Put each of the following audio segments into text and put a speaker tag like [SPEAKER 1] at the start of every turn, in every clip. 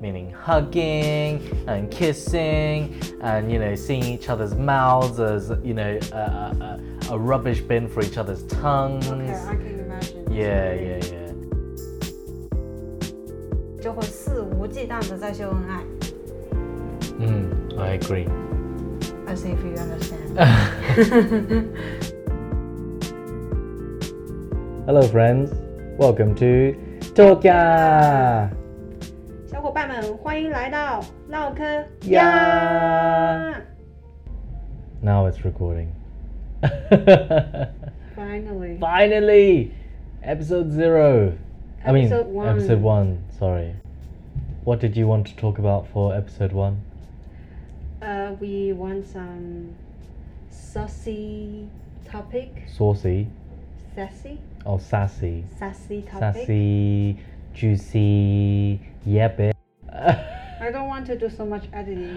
[SPEAKER 1] meaning hugging and kissing and you know seeing each other's mouths as you know a, a, a- a rubbish bin for each other's tongues.
[SPEAKER 2] OK，I can imagine。
[SPEAKER 1] Yeah, yeah, yeah.
[SPEAKER 2] 就会肆无忌惮的在秀恩爱
[SPEAKER 1] Mm, I agree.
[SPEAKER 2] ，as if you understand。
[SPEAKER 1] Hello, friends. Welcome to Toka.
[SPEAKER 2] 小伙伴们，欢迎来到唠嗑
[SPEAKER 1] Yeah. Now it's recording.
[SPEAKER 2] Finally，
[SPEAKER 1] Finally, episode zero. I mean,
[SPEAKER 2] Episode one.
[SPEAKER 1] episode one. Sorry. What did you want to talk about for episode one?
[SPEAKER 2] 呃、w e want some saucy topic，sassy
[SPEAKER 1] Saucy or Oh, sassy?
[SPEAKER 2] sassy topic。
[SPEAKER 1] Sassy, juicy. Yep. it.
[SPEAKER 2] I don't want to do so much editing。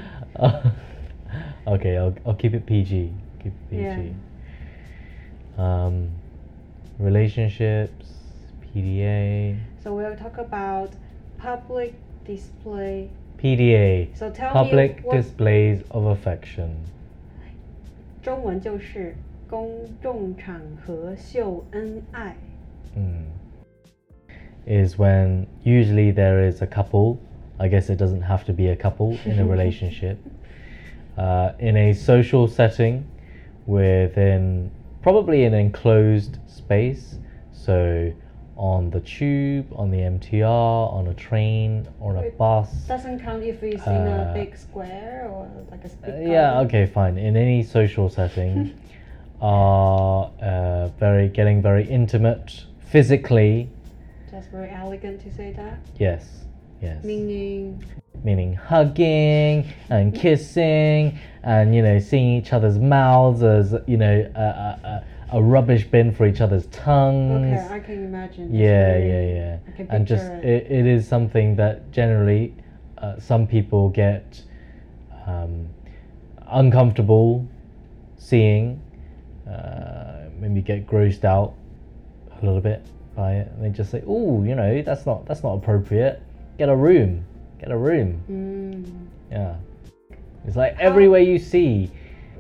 [SPEAKER 1] okay, I'll, I'll keep it PG. Keep it PG.
[SPEAKER 2] Yeah.
[SPEAKER 1] Um, relationships, PDA,
[SPEAKER 2] So we'll talk about public display.
[SPEAKER 1] PDA,
[SPEAKER 2] So tell me
[SPEAKER 1] public
[SPEAKER 2] what
[SPEAKER 1] displays of affection.
[SPEAKER 2] 中文就是公众场合秀恩爱。
[SPEAKER 1] Mm. Is when usually there is a couple. I guess it doesn't have to be a couple in a relationship. uh, in a social setting within probably an enclosed space. So on the tube, on the MTR, on a train, on a
[SPEAKER 2] Wait,
[SPEAKER 1] bus.
[SPEAKER 2] Doesn't count if it's in a
[SPEAKER 1] Uh,
[SPEAKER 2] big square or like a big
[SPEAKER 1] Uh, yeah,
[SPEAKER 2] garden.
[SPEAKER 1] okay, fine. In any social setting, are uh, very getting very intimate physically.
[SPEAKER 2] Just very elegant to say that.
[SPEAKER 1] Yes, yes.
[SPEAKER 2] Meaning,
[SPEAKER 1] meaning hugging and kissing and you know seeing each other's mouths as you know a, a, a, a rubbish bin for each other's tongues
[SPEAKER 2] okay, I can imagine. It's
[SPEAKER 1] Mm. yeah
[SPEAKER 2] very-
[SPEAKER 1] yeah yeah
[SPEAKER 2] I can
[SPEAKER 1] and just
[SPEAKER 2] picture
[SPEAKER 1] it,
[SPEAKER 2] it.
[SPEAKER 1] it is something that generally uh, some people get um, uncomfortable seeing uh, maybe get grossed out a little bit by it and they just say oh you know that's not that's not appropriate get a room get a room
[SPEAKER 2] Mm.
[SPEAKER 1] yeah. It's like everywhere
[SPEAKER 2] Oh.
[SPEAKER 1] you see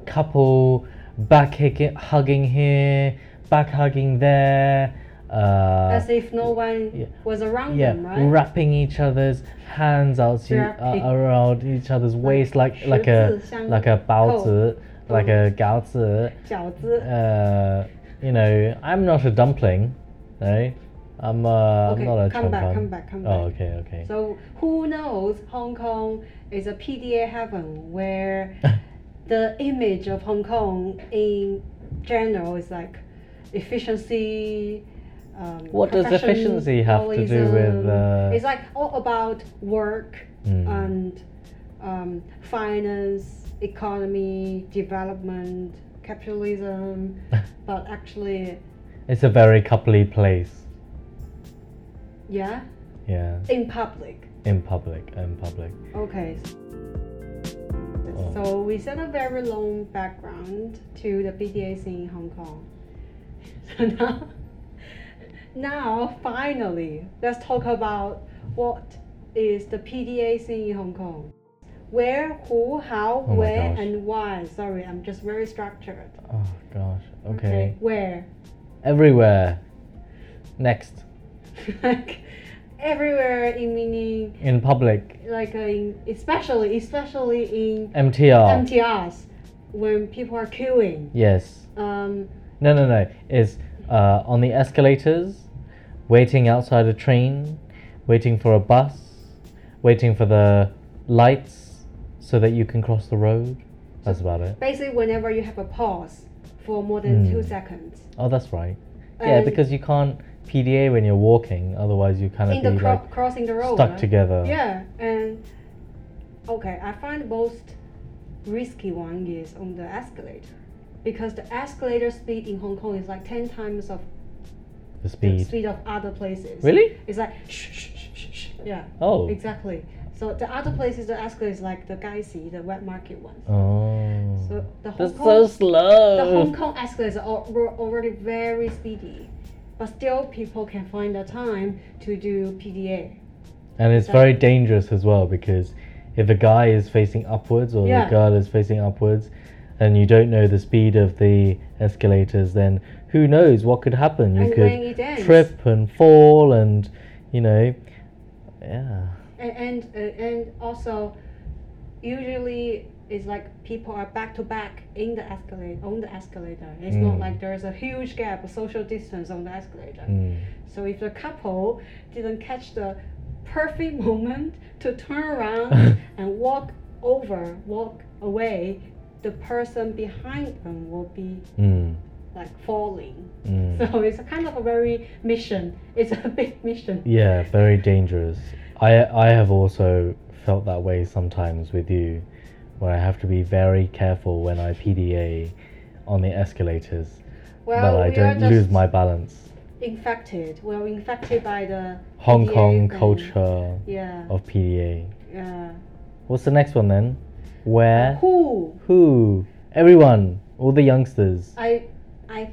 [SPEAKER 1] couple back hic- hugging here, back hugging there. Uh,
[SPEAKER 2] As if no one
[SPEAKER 1] yeah.
[SPEAKER 2] was around
[SPEAKER 1] yeah,
[SPEAKER 2] them, right?
[SPEAKER 1] wrapping each other's hands out you, uh,
[SPEAKER 2] Wrapping.
[SPEAKER 1] around each other's waist like like a uh,
[SPEAKER 2] 十字相
[SPEAKER 1] like a 包子, like a 饺子.
[SPEAKER 2] 饺子。
[SPEAKER 1] Uh, you know, I'm not a dumpling, no. I'm, uh,
[SPEAKER 2] Okay,
[SPEAKER 1] I'm not a
[SPEAKER 2] come back,
[SPEAKER 1] chong-chong.
[SPEAKER 2] come back, come
[SPEAKER 1] Oh,
[SPEAKER 2] back.
[SPEAKER 1] okay, okay.
[SPEAKER 2] So who knows? Hong Kong is a PDA heaven where the image of Hong Kong in general is like efficiency. Um,
[SPEAKER 1] What does efficiency have to do with,
[SPEAKER 2] professionalism.
[SPEAKER 1] uh,
[SPEAKER 2] It's like all about work
[SPEAKER 1] Mm.
[SPEAKER 2] and um, finance, economy, development, capitalism. but actually,
[SPEAKER 1] It's a very coupley place.
[SPEAKER 2] yeah,
[SPEAKER 1] Yeah.
[SPEAKER 2] in public.
[SPEAKER 1] In public, in public.
[SPEAKER 2] Okay. s-
[SPEAKER 1] Oh.
[SPEAKER 2] So we sent a very long background to the BDA scene in Hong Kong. So now, now finally, let's talk about what is the PDA scene in Hong Kong. Where, who, how,
[SPEAKER 1] Oh my
[SPEAKER 2] where,
[SPEAKER 1] gosh.
[SPEAKER 2] and why. Sorry, I'm just very structured.
[SPEAKER 1] Oh gosh. Okay.
[SPEAKER 2] Where?
[SPEAKER 1] Everywhere. Next.
[SPEAKER 2] like everywhere in meaning
[SPEAKER 1] In public.
[SPEAKER 2] like uh, in, especially especially in
[SPEAKER 1] MTR.
[SPEAKER 2] MTRs when people are queuing.
[SPEAKER 1] yes.
[SPEAKER 2] Um,
[SPEAKER 1] No, no, no. It's uh, on the escalators, waiting outside a train, waiting for a bus, waiting for the lights so that you can cross the road. That's about it.
[SPEAKER 2] basically, whenever you have a pause for more than two
[SPEAKER 1] Mm.
[SPEAKER 2] seconds,
[SPEAKER 1] Oh, that's right. Yeah,
[SPEAKER 2] and
[SPEAKER 1] because you can't PDA when you're walking, otherwise you kind
[SPEAKER 2] in
[SPEAKER 1] of
[SPEAKER 2] the
[SPEAKER 1] be
[SPEAKER 2] cro-
[SPEAKER 1] like
[SPEAKER 2] crossing the road,
[SPEAKER 1] stuck
[SPEAKER 2] right?
[SPEAKER 1] together.
[SPEAKER 2] Yeah, and okay, I find the most risky one is on the escalator because the escalator speed in Hong Kong is like ten times of
[SPEAKER 1] The
[SPEAKER 2] the
[SPEAKER 1] speed.
[SPEAKER 2] speed of other places.
[SPEAKER 1] Really?
[SPEAKER 2] It's like shh, shh, shh, shh, shh. yeah,
[SPEAKER 1] Oh.
[SPEAKER 2] exactly. So the other places the escalator is like the Gaisi, the wet market ones.
[SPEAKER 1] Oh.
[SPEAKER 2] So the Hong
[SPEAKER 1] That's
[SPEAKER 2] Kong
[SPEAKER 1] so
[SPEAKER 2] The
[SPEAKER 1] slow.
[SPEAKER 2] Hong Kong escalators are, were already very speedy, but still people can find the time to do PDA.
[SPEAKER 1] And it's
[SPEAKER 2] So-
[SPEAKER 1] very dangerous as well because if a guy is facing upwards or
[SPEAKER 2] Yeah.
[SPEAKER 1] the girl is facing upwards and you don't know the speed of the escalators, then who knows what could happen? You
[SPEAKER 2] and when
[SPEAKER 1] could
[SPEAKER 2] it ends,
[SPEAKER 1] trip and fall and, you know, yeah.
[SPEAKER 2] and and, uh, and also usually it's like people are back to back in the escalator on the escalator it's not
[SPEAKER 1] Mm.
[SPEAKER 2] like there's a huge gap of social distance on the escalator
[SPEAKER 1] Mm.
[SPEAKER 2] so if the couple didn't catch the perfect moment to turn around and walk over walk away the person behind them will be
[SPEAKER 1] Mm.
[SPEAKER 2] like falling
[SPEAKER 1] Mm.
[SPEAKER 2] so it's a kind of a very mission it's a big mission
[SPEAKER 1] Yeah, very dangerous. I I have also felt that way sometimes with you, where I have to be very careful when I PDA on the escalators
[SPEAKER 2] well
[SPEAKER 1] that I
[SPEAKER 2] we are
[SPEAKER 1] don't
[SPEAKER 2] just
[SPEAKER 1] lose my balance.
[SPEAKER 2] infected. We're infected by the
[SPEAKER 1] Hong
[SPEAKER 2] PDA
[SPEAKER 1] Kong
[SPEAKER 2] thing.
[SPEAKER 1] culture
[SPEAKER 2] yeah
[SPEAKER 1] of PDA.
[SPEAKER 2] yeah.
[SPEAKER 1] What's the next one then? Where?
[SPEAKER 2] Who
[SPEAKER 1] Who? Everyone. All the youngsters.
[SPEAKER 2] I I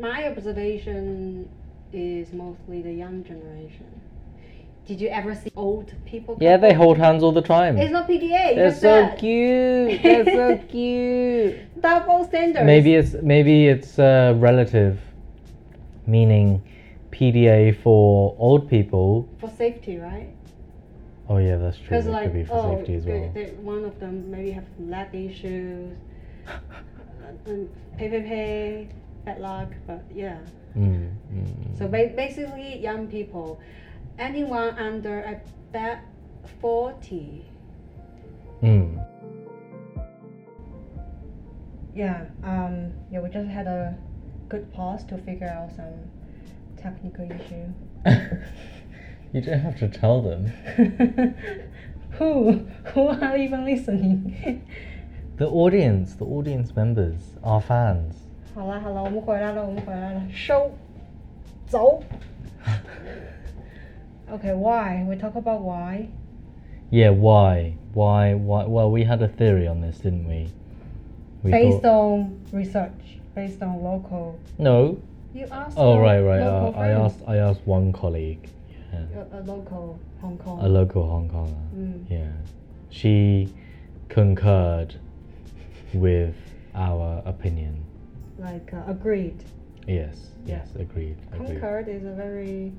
[SPEAKER 2] my observation is mostly the young generation. Did you ever see old people?
[SPEAKER 1] Yeah, they
[SPEAKER 2] couple?
[SPEAKER 1] hold hands all the time.
[SPEAKER 2] It's not PDA.
[SPEAKER 1] They're
[SPEAKER 2] It's
[SPEAKER 1] so
[SPEAKER 2] that.
[SPEAKER 1] cute. They're so cute.
[SPEAKER 2] double standards.
[SPEAKER 1] Maybe it's maybe it's uh, relative, meaning PDA for old people.
[SPEAKER 2] for safety, right?
[SPEAKER 1] Oh yeah, that's true.
[SPEAKER 2] Because
[SPEAKER 1] That
[SPEAKER 2] like
[SPEAKER 1] could be for
[SPEAKER 2] oh,
[SPEAKER 1] safety as
[SPEAKER 2] they-
[SPEAKER 1] well.
[SPEAKER 2] they- one of them maybe have leg issues. uh, um, Pay pay pay. Bad luck, but yeah.
[SPEAKER 1] Mm, mm,
[SPEAKER 2] So ba- basically, young people, anyone under about 40.
[SPEAKER 1] mm.
[SPEAKER 2] Yeah, um, yeah, we just had a good pause to figure out some technical issue.
[SPEAKER 1] you don't have to tell them.
[SPEAKER 2] who? Who are even listening?
[SPEAKER 1] The audience, the audience members, our fans.
[SPEAKER 2] 好啦好啦，我们回来了，我们回来了，收走。Okay, why? We talk about why.
[SPEAKER 1] Yeah, why, why, why? Well, we had a theory on this, didn't we? we
[SPEAKER 2] based
[SPEAKER 1] thought-
[SPEAKER 2] on research, based on local.
[SPEAKER 1] no.
[SPEAKER 2] You asked.
[SPEAKER 1] Oh
[SPEAKER 2] your
[SPEAKER 1] right, right. Uh,
[SPEAKER 2] local
[SPEAKER 1] I
[SPEAKER 2] friends.
[SPEAKER 1] asked. I asked one colleague. Yeah.
[SPEAKER 2] a, a local Hong Kong.
[SPEAKER 1] a local Hong Konger.
[SPEAKER 2] Mm.
[SPEAKER 1] Yeah, she concurred with our opinion.
[SPEAKER 2] Like uh, agreed.
[SPEAKER 1] Yes,
[SPEAKER 2] Yeah.
[SPEAKER 1] yes, agreed. agreed.
[SPEAKER 2] Concord is a very.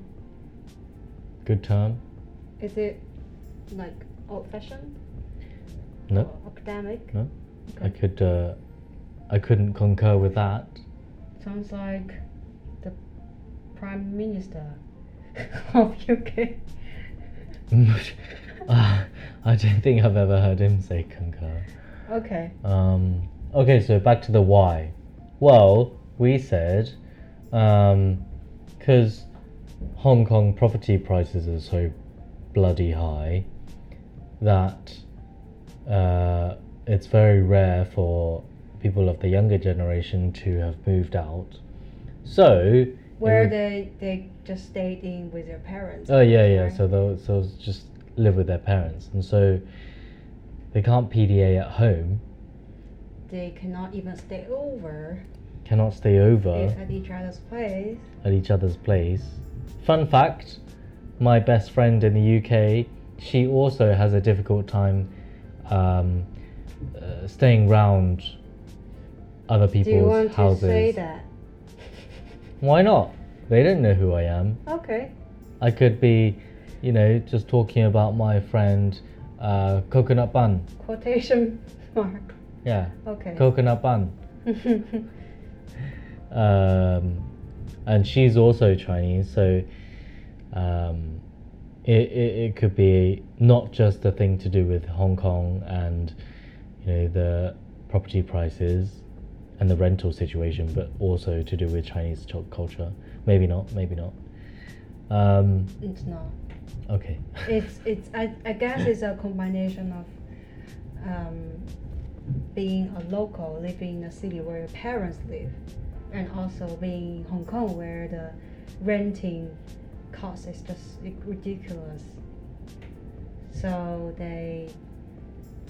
[SPEAKER 1] Good term?
[SPEAKER 2] Is it like old fashioned?
[SPEAKER 1] No,
[SPEAKER 2] Academic?
[SPEAKER 1] No. I
[SPEAKER 2] Okay.
[SPEAKER 1] could. Uh, I couldn't concur with that.
[SPEAKER 2] Sounds like the Prime Minister of UK.
[SPEAKER 1] Ah, I don't think I've ever heard him say concur.
[SPEAKER 2] Okay.
[SPEAKER 1] Um, okay, so back to the why. Well, we said because Hong Kong property prices are so bloody high that uh, it's very rare for people of the younger generation to have moved out. So,
[SPEAKER 2] Where
[SPEAKER 1] would-
[SPEAKER 2] they they just stayed in with their parents.
[SPEAKER 1] oh yeah, yeah.
[SPEAKER 2] right?
[SPEAKER 1] So they'll so they'll just live with their parents, and so they can't PDA at home,
[SPEAKER 2] they cannot even stay over
[SPEAKER 1] cannot stay over.
[SPEAKER 2] at each other's place.
[SPEAKER 1] at each other's place. Fun fact my best friend in the UK, she also has a difficult time um, uh, staying round other people's
[SPEAKER 2] Do you want
[SPEAKER 1] houses.
[SPEAKER 2] to say that?
[SPEAKER 1] Why not? They don't know who I am.
[SPEAKER 2] Okay.
[SPEAKER 1] I could be, you know, just talking about my friend uh, Coconut Bun.
[SPEAKER 2] Quotation mark.
[SPEAKER 1] Yeah,
[SPEAKER 2] Okay.
[SPEAKER 1] Coconut Bun. um, and she's also Chinese, so um, it, it, it could be not just a thing to do with Hong Kong and you know the property prices and the rental situation, but also to do with Chinese cho- culture. Maybe not, maybe not. Um,
[SPEAKER 2] it's not.
[SPEAKER 1] okay.
[SPEAKER 2] It's it's I, I guess it's a combination of um, being a local, living in a city where your parents live, and also being in Hong Kong where the renting cost is just ri- ridiculous. So they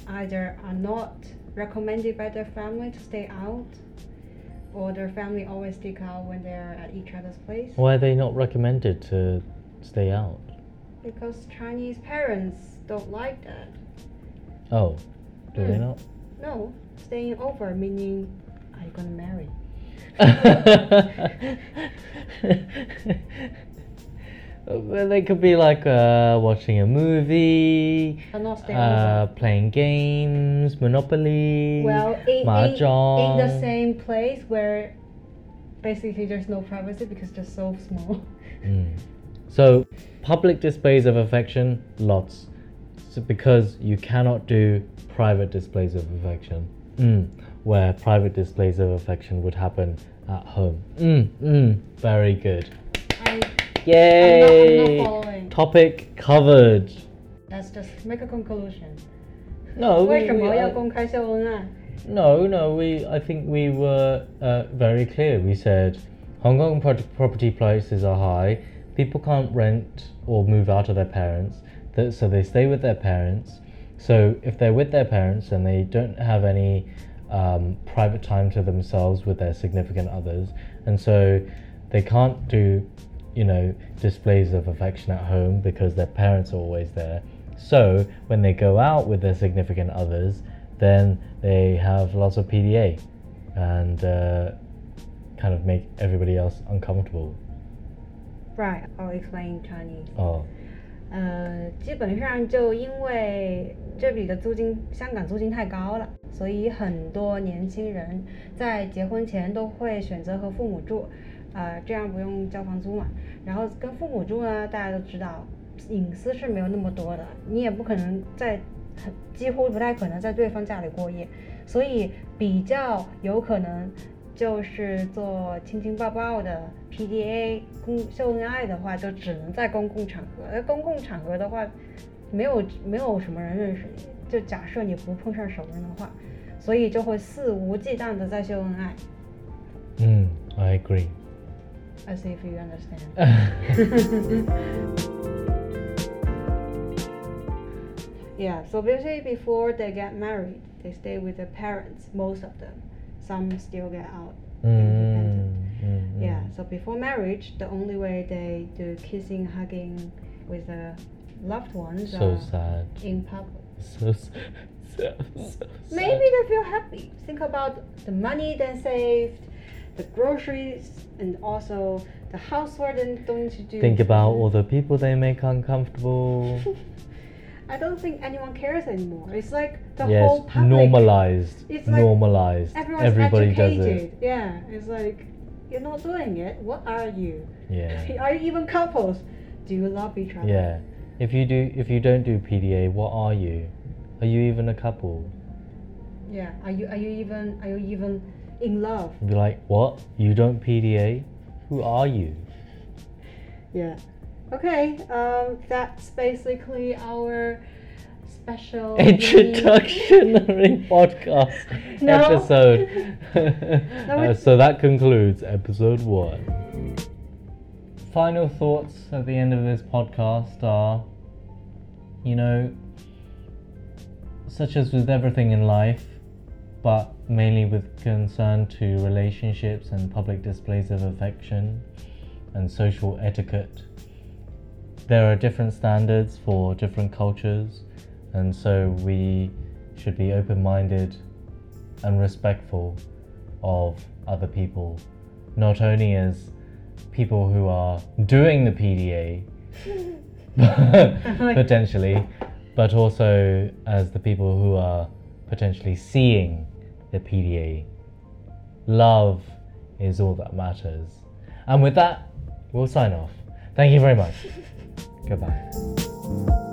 [SPEAKER 2] either are not recommended by their family to stay out, or their family always stick out when they're at each other's place.
[SPEAKER 1] Why are they not recommended to stay out?
[SPEAKER 2] because Chinese parents don't like that.
[SPEAKER 1] Oh, do they
[SPEAKER 2] Mm.
[SPEAKER 1] not?
[SPEAKER 2] No, staying over meaning are you gonna marry?
[SPEAKER 1] well, they could be like uh, watching a movie,
[SPEAKER 2] But not staying
[SPEAKER 1] uh,
[SPEAKER 2] over.
[SPEAKER 1] playing games, Monopoly,
[SPEAKER 2] Well, in, in, in
[SPEAKER 1] mahjong.
[SPEAKER 2] the same place where basically there's no privacy because they're so small.
[SPEAKER 1] Mm. So, public displays of affection, lots. So because you cannot do private displays of affection, mm. where private displays of affection would happen at home. Mm. Mm. Very good.
[SPEAKER 2] I, I'm
[SPEAKER 1] Yay!
[SPEAKER 2] not following.
[SPEAKER 1] Topic covered.
[SPEAKER 2] Let's just make a conclusion.
[SPEAKER 1] No, we- we- uh, I-
[SPEAKER 2] 为什么要公开秀恩爱？
[SPEAKER 1] no, no. We, I think we were uh, very clear. We said Hong Kong pro- property prices are high. People can't rent or move out of their parents, th- so they stay with their parents. So if they're with their parents and they don't have any um, private time to themselves with their significant others, and so they can't do, you know, displays of affection at home because their parents are always there. So when they go out with their significant others, then they have lots of PDA and uh, kind of make everybody else uncomfortable.
[SPEAKER 2] Right, I'll explain Chinese.
[SPEAKER 1] 哦，
[SPEAKER 2] 呃，基本上就因为这里的租金，香港租金太高了，所以很多年轻人在结婚前都会选择和父母住，呃，这样不用交房租嘛。然后跟父母住呢，大家都知道，隐私是没有那么多的，你也不可能在很几乎不太可能在对方家里过夜，所以比较有可能就是做亲亲抱抱的 PDA 公秀恩爱的话，就只能在公共场合。在公共场合的话，没有没有什么人认识你，就假设你不碰上熟人的话，所以就会肆无忌惮的在秀恩爱。
[SPEAKER 1] 嗯，I mm, agree。
[SPEAKER 2] As if you understand. Yeah, so basically before they get married, they stay with their parents, most of them. Some still get out
[SPEAKER 1] Mm, 嗯
[SPEAKER 2] independent.
[SPEAKER 1] 嗯
[SPEAKER 2] Yeah, so before marriage, the only way they do kissing, hugging with their loved ones
[SPEAKER 1] So
[SPEAKER 2] are
[SPEAKER 1] sad.
[SPEAKER 2] in public.
[SPEAKER 1] So s- so so sad.
[SPEAKER 2] Maybe they feel happy. Think about the money they saved, the groceries, and also the housework they don't need to do.
[SPEAKER 1] Think about all the people they make uncomfortable.
[SPEAKER 2] I don't think anyone cares anymore. It's like the
[SPEAKER 1] yes,
[SPEAKER 2] whole public.
[SPEAKER 1] normalized.
[SPEAKER 2] It's like
[SPEAKER 1] normalized.
[SPEAKER 2] Everyone's
[SPEAKER 1] Everybody
[SPEAKER 2] educated.
[SPEAKER 1] does it.
[SPEAKER 2] Yeah, it's like you're not doing it. What are you?
[SPEAKER 1] Yeah.
[SPEAKER 2] Are you even couples? Do you love each other?
[SPEAKER 1] Yeah. If you do, if you don't do PDA, what are you? Are you even a couple?
[SPEAKER 2] Yeah. Are you are you even are you even in love?
[SPEAKER 1] You'd be like, what? You don't PDA? Who are you?
[SPEAKER 2] Yeah. Okay. Um, that's basically our special
[SPEAKER 1] Introductionary podcast
[SPEAKER 2] No.
[SPEAKER 1] episode.
[SPEAKER 2] No,
[SPEAKER 1] Uh, so that concludes episode one. Final thoughts at the end of this podcast are you know, such as with everything in life, but mainly with concern to relationships and public displays of affection and social etiquette. There are different standards for different cultures, and so we should be open minded and respectful of other people, not only as people who are doing the PDA potentially, but also as the people who are potentially seeing the PDA. Love is all that matters. And with that, we'll sign off. Thank you very much. Goodbye.